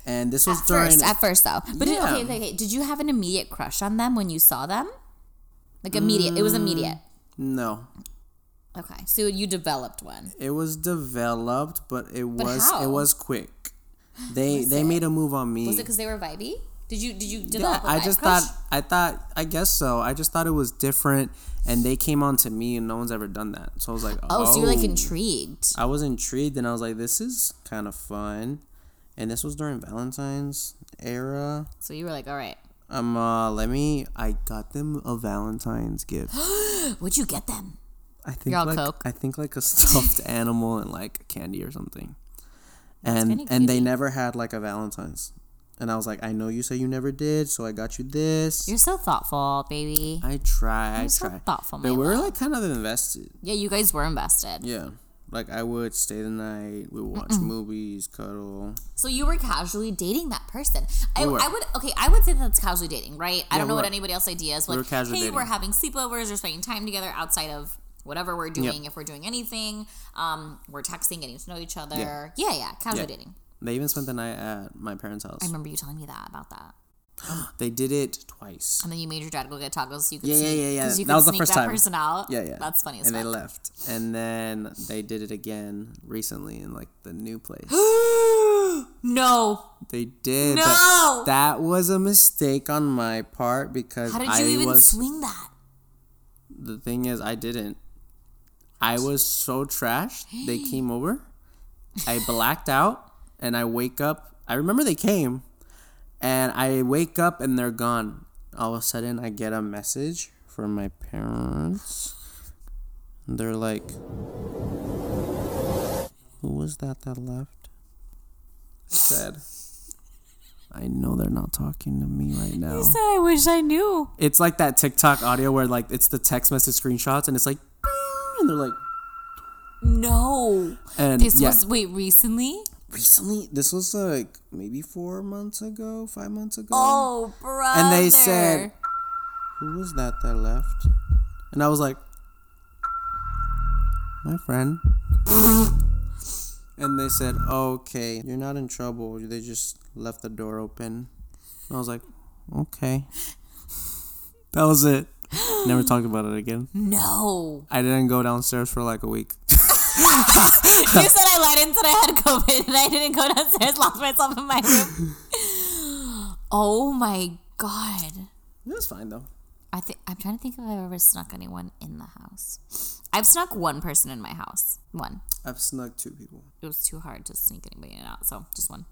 And this was At during first, at first though. But did- Yeah. okay, okay, okay, did you have an immediate crush on them when you saw them? Like immediate. It was immediate. No. Okay, so you developed one. It was developed, but it was how? it was quick. They they made a move on me. Was it because they were vibey? Did you did you yeah, develop? I I just thought I thought I guess so. I just thought it was different and they came on to me and no one's ever done that. So I was like, Oh, so you're like "Oh." intrigued. I was intrigued and I was like, this is kind of fun. And this was during Valentine's era. So you were like, all right, Um, uh, let me. I got them a Valentine's gift. Would you get them? I think You're all like Coke. I think like a stuffed animal and like candy or something. And kinda and they never had like a Valentine's. And I was like, I know you say you never did, so I got you this. You're so thoughtful, baby. I try, I so try. thoughtful, but my we're love. like kind of invested. Yeah, you guys were invested. Yeah. Like I would stay the night, we would watch movies, cuddle. So you were casually dating that person. I, We were. I would okay. I would say that's casually dating, right? I Yeah, don't know we what were. anybody else idea is. Like, were casually hey, dating. we're having sleepovers. We're spending time together outside of whatever we're doing. If we're doing anything, um, we're texting, getting to know each other. Yeah, yeah, casual Yeah. dating. They even spent the night at my parents' house. I remember you telling me that about that. they did it twice. And then you made your dad go get tacos so you could Yeah, yeah, sneak, yeah, yeah. 'cause You That could was the sneak first that time. person out. Yeah, yeah. That's funny as And they fuck. left. And then they did it again recently in like the new place. no. They did. but No! that was a mistake on my part because How did I you even was. swing that? the thing is, I didn't. I was so trashed. They came over. I blacked out, and I wake up. I remember they came, and I wake up and they're gone. All of a sudden, I get a message from my parents. They're like, "Who was that that left?" I said. I know they're not talking to me right now. I wish I knew. It's like that TikTok audio where like it's the text message screenshots and it's like, and they're like, No. and This yeah. was wait recently. recently. This was like maybe four months ago, five months ago. Oh, brother. and they said, who was that that left? And I was like, my friend. and they said, okay, you're not in trouble. They just left the door open. And I was like, okay. that was it. Never talked about it again. no. I didn't go downstairs for like a week. you said I lied and said I had COVID and I didn't go downstairs, locked myself in my room. oh my god. It was fine though. I think I'm trying to think if I've ever snuck anyone in the house. I've snuck one person in my house. One. I've snuck two people. It was too hard to sneak anybody in and out, so just one.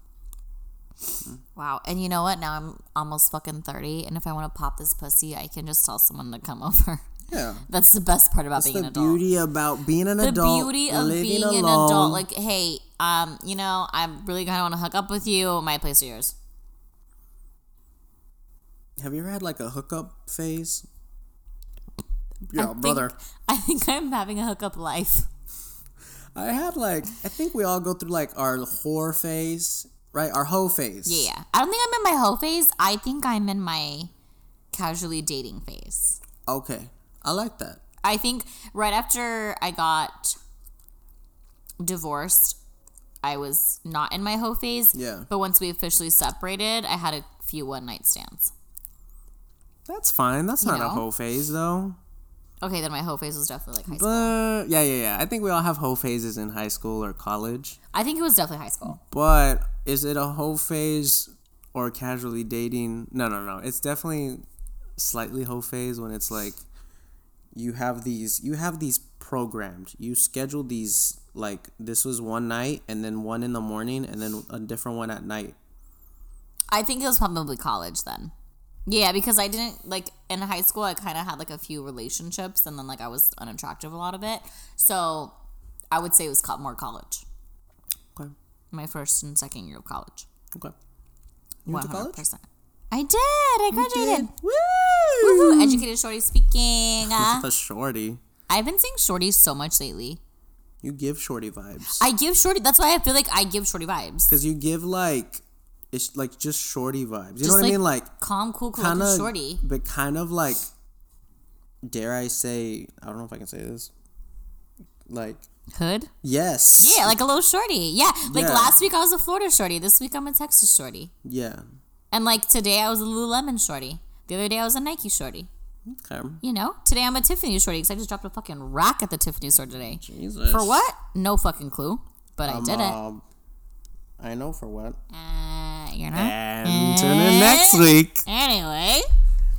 Hmm. Wow. And you know what? Now I'm almost fucking 30 and if I want to pop this pussy, I can just tell someone to come over. Yeah. That's the best part about being the an adult. beauty about being an the adult. beauty of living being alone. an adult. Like, hey, um, you know, I'm really gonna want to hook up with you. My place or yours? have you ever had like a hookup phase? Yeah, brother. I think I'm having a hookup life. I had like I think we all go through like our whore phase, right? Our hoe phase. Yeah, yeah. I don't think I'm in my hoe phase. I think I'm in my casually dating phase. Okay. I like that. I think right after I got divorced, I was not in my hoe phase. Yeah. But once we officially separated, I had a few one night stands. That's fine. That's not a know? hoe phase though. Okay, then my hoe phase was definitely like high school. But yeah, yeah, yeah. I think we all have hoe phases in high school or college. I think it was definitely high school. But is it a whole phase or casually dating? No, no, no. It's definitely slightly whole phase when it's like you have these you have these programmed. You schedule these like this was one night and then one in the morning and then a different one at night. I think it was probably college then. Yeah, because I didn't like in high school. I kind of had like a few relationships, and then like I was unattractive a lot of it. So I would say it was co- more college. Okay. My first and second year of college. Okay. You One went to hundred college? percent. I did. I graduated. Woo! Woo, Educated shorty speaking. Uh, The shorty. I've been seeing shorty so much lately. You give shorty vibes. I give shorty. That's why I feel like I give shorty vibes. Cuz you give like it's like just shorty vibes. You Just know what I like- mean? Like Calm, cool, cool, kind of shorty. but kind of like dare I say I don't know if I can say this like Hood. yes Yeah, like a little shorty. Yeah, like Yeah. last week I was a Florida shorty. This week I'm a Texas shorty. yeah And like today, I was a Lululemon shorty. The other day, I was a Nike shorty. okay You know, today I'm a Tiffany shorty because I just dropped a fucking rack at the Tiffany store today. Jesus For what? No fucking clue. But I did it. um, I know for what Uh, you're not. and tune in next week Anyway,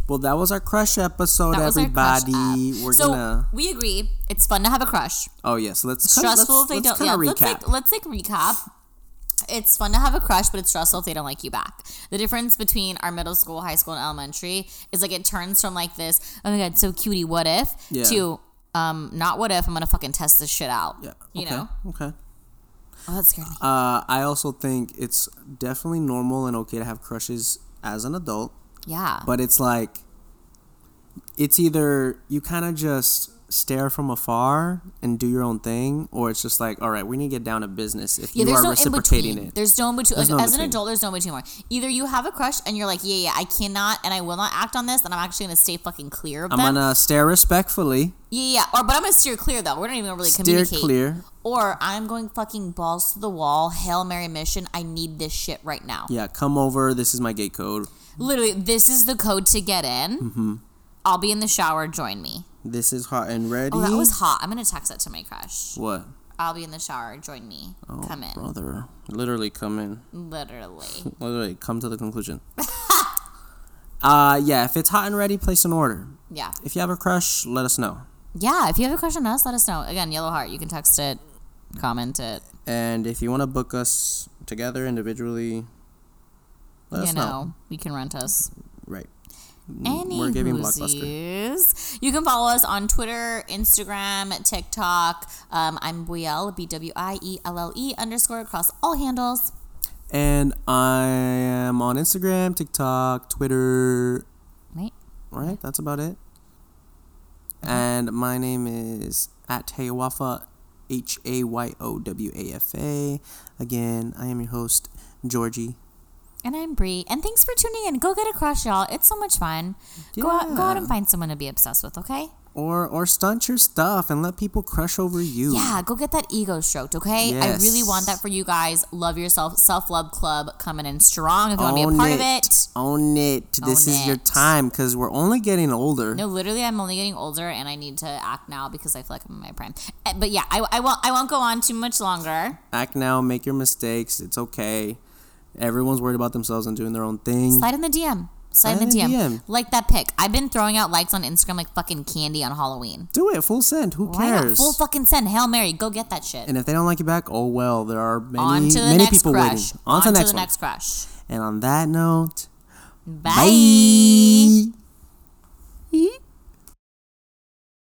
well that was our crush episode that was our crush everybody app. we're so gonna we agree. It's fun to have a crush. oh yes let's Stressful let's, if they let's don't. Yeah, kinda let's recap like let's like recap. it's fun to have a crush, but it's stressful if they don't like you back. The difference between our middle school, high school, and elementary is like it turns from like this, oh my god, so cutie, what if? Yeah. To um, not what if I'm gonna fucking test this shit out. Yeah. You okay, know. Okay. Oh, that scared me. Uh, I also think it's definitely normal and okay to have crushes as an adult, yeah. but it's like, it's either you kind of just stare from afar and do your own thing, or it's just like, all right, we need to get down to business if yeah, you there's are no in reciprocating between. it. There's no in between. There's As, no in as an between. adult, there's no in between more. Either you have a crush and you're like, yeah, yeah, I cannot and I will not act on this, and I'm actually gonna stay fucking clear of I'm them. gonna stare respectfully, yeah, yeah. Or but I'm gonna steer clear though. We're not even gonna really steer communicate. clear. Or I'm going fucking balls to the wall, hail mary mission. I need this shit right now. Yeah, come over. This is my gate code. Literally, this is the code to get in. Mm-hmm. I'll be in the shower. Join me. This is hot and ready. Oh, that was hot. I'm gonna text that to my crush. what? I'll be in the shower. Join me. Oh, Come in. Brother, literally come in. Literally. Literally come to the conclusion. uh, yeah, if it's hot and ready, place an order. Yeah. If you have a crush, let us know. Yeah. If you have a question on us, let us know. Again, yellow heart. You can text it, comment it. And if you want to book us together individually, let you us know. know, you can rent us. Right. Any We're giving hoosies. You can follow us on Twitter, Instagram, TikTok. Um, I'm Buiel, B W I E L L E underscore across all handles. And I am on Instagram, TikTok, Twitter. Right? Right? That's about it. And my name is at Hayawafa, H A Y O W A F A. Again, I am your host, Georgie. And I'm Bree. And thanks for tuning in. Go get a crush, y'all. It's so much fun. Go out, go out and find someone to be obsessed with. Okay? Or or stunt your stuff and let people crush over you. Yeah. Go get that ego stroked. Okay? I really Yes. want that for you guys. Love yourself. Self love club coming in strong. If you want to be a part of it. Own it. This Own is your it. time because we're only getting older. No, literally, I'm only getting older, and I need to act now because I feel like I'm in my prime. Eh, But yeah, I, I won't. I won't go on too much longer. Act now, make your mistakes. It's okay. Everyone's worried about themselves and doing their own thing. Slide in the DM. Slide, Slide in the DM. in the DM. Like that pic. I've been throwing out likes on Instagram like fucking candy on Halloween. Do it. Full send. Who Why not? cares? Full fucking send. Hail Mary. Go get that shit. and if they don't like you back, oh well. There are many, on to the many next people waiting. crush. On, to the next the one. next crush. And on that note, Bye. bye.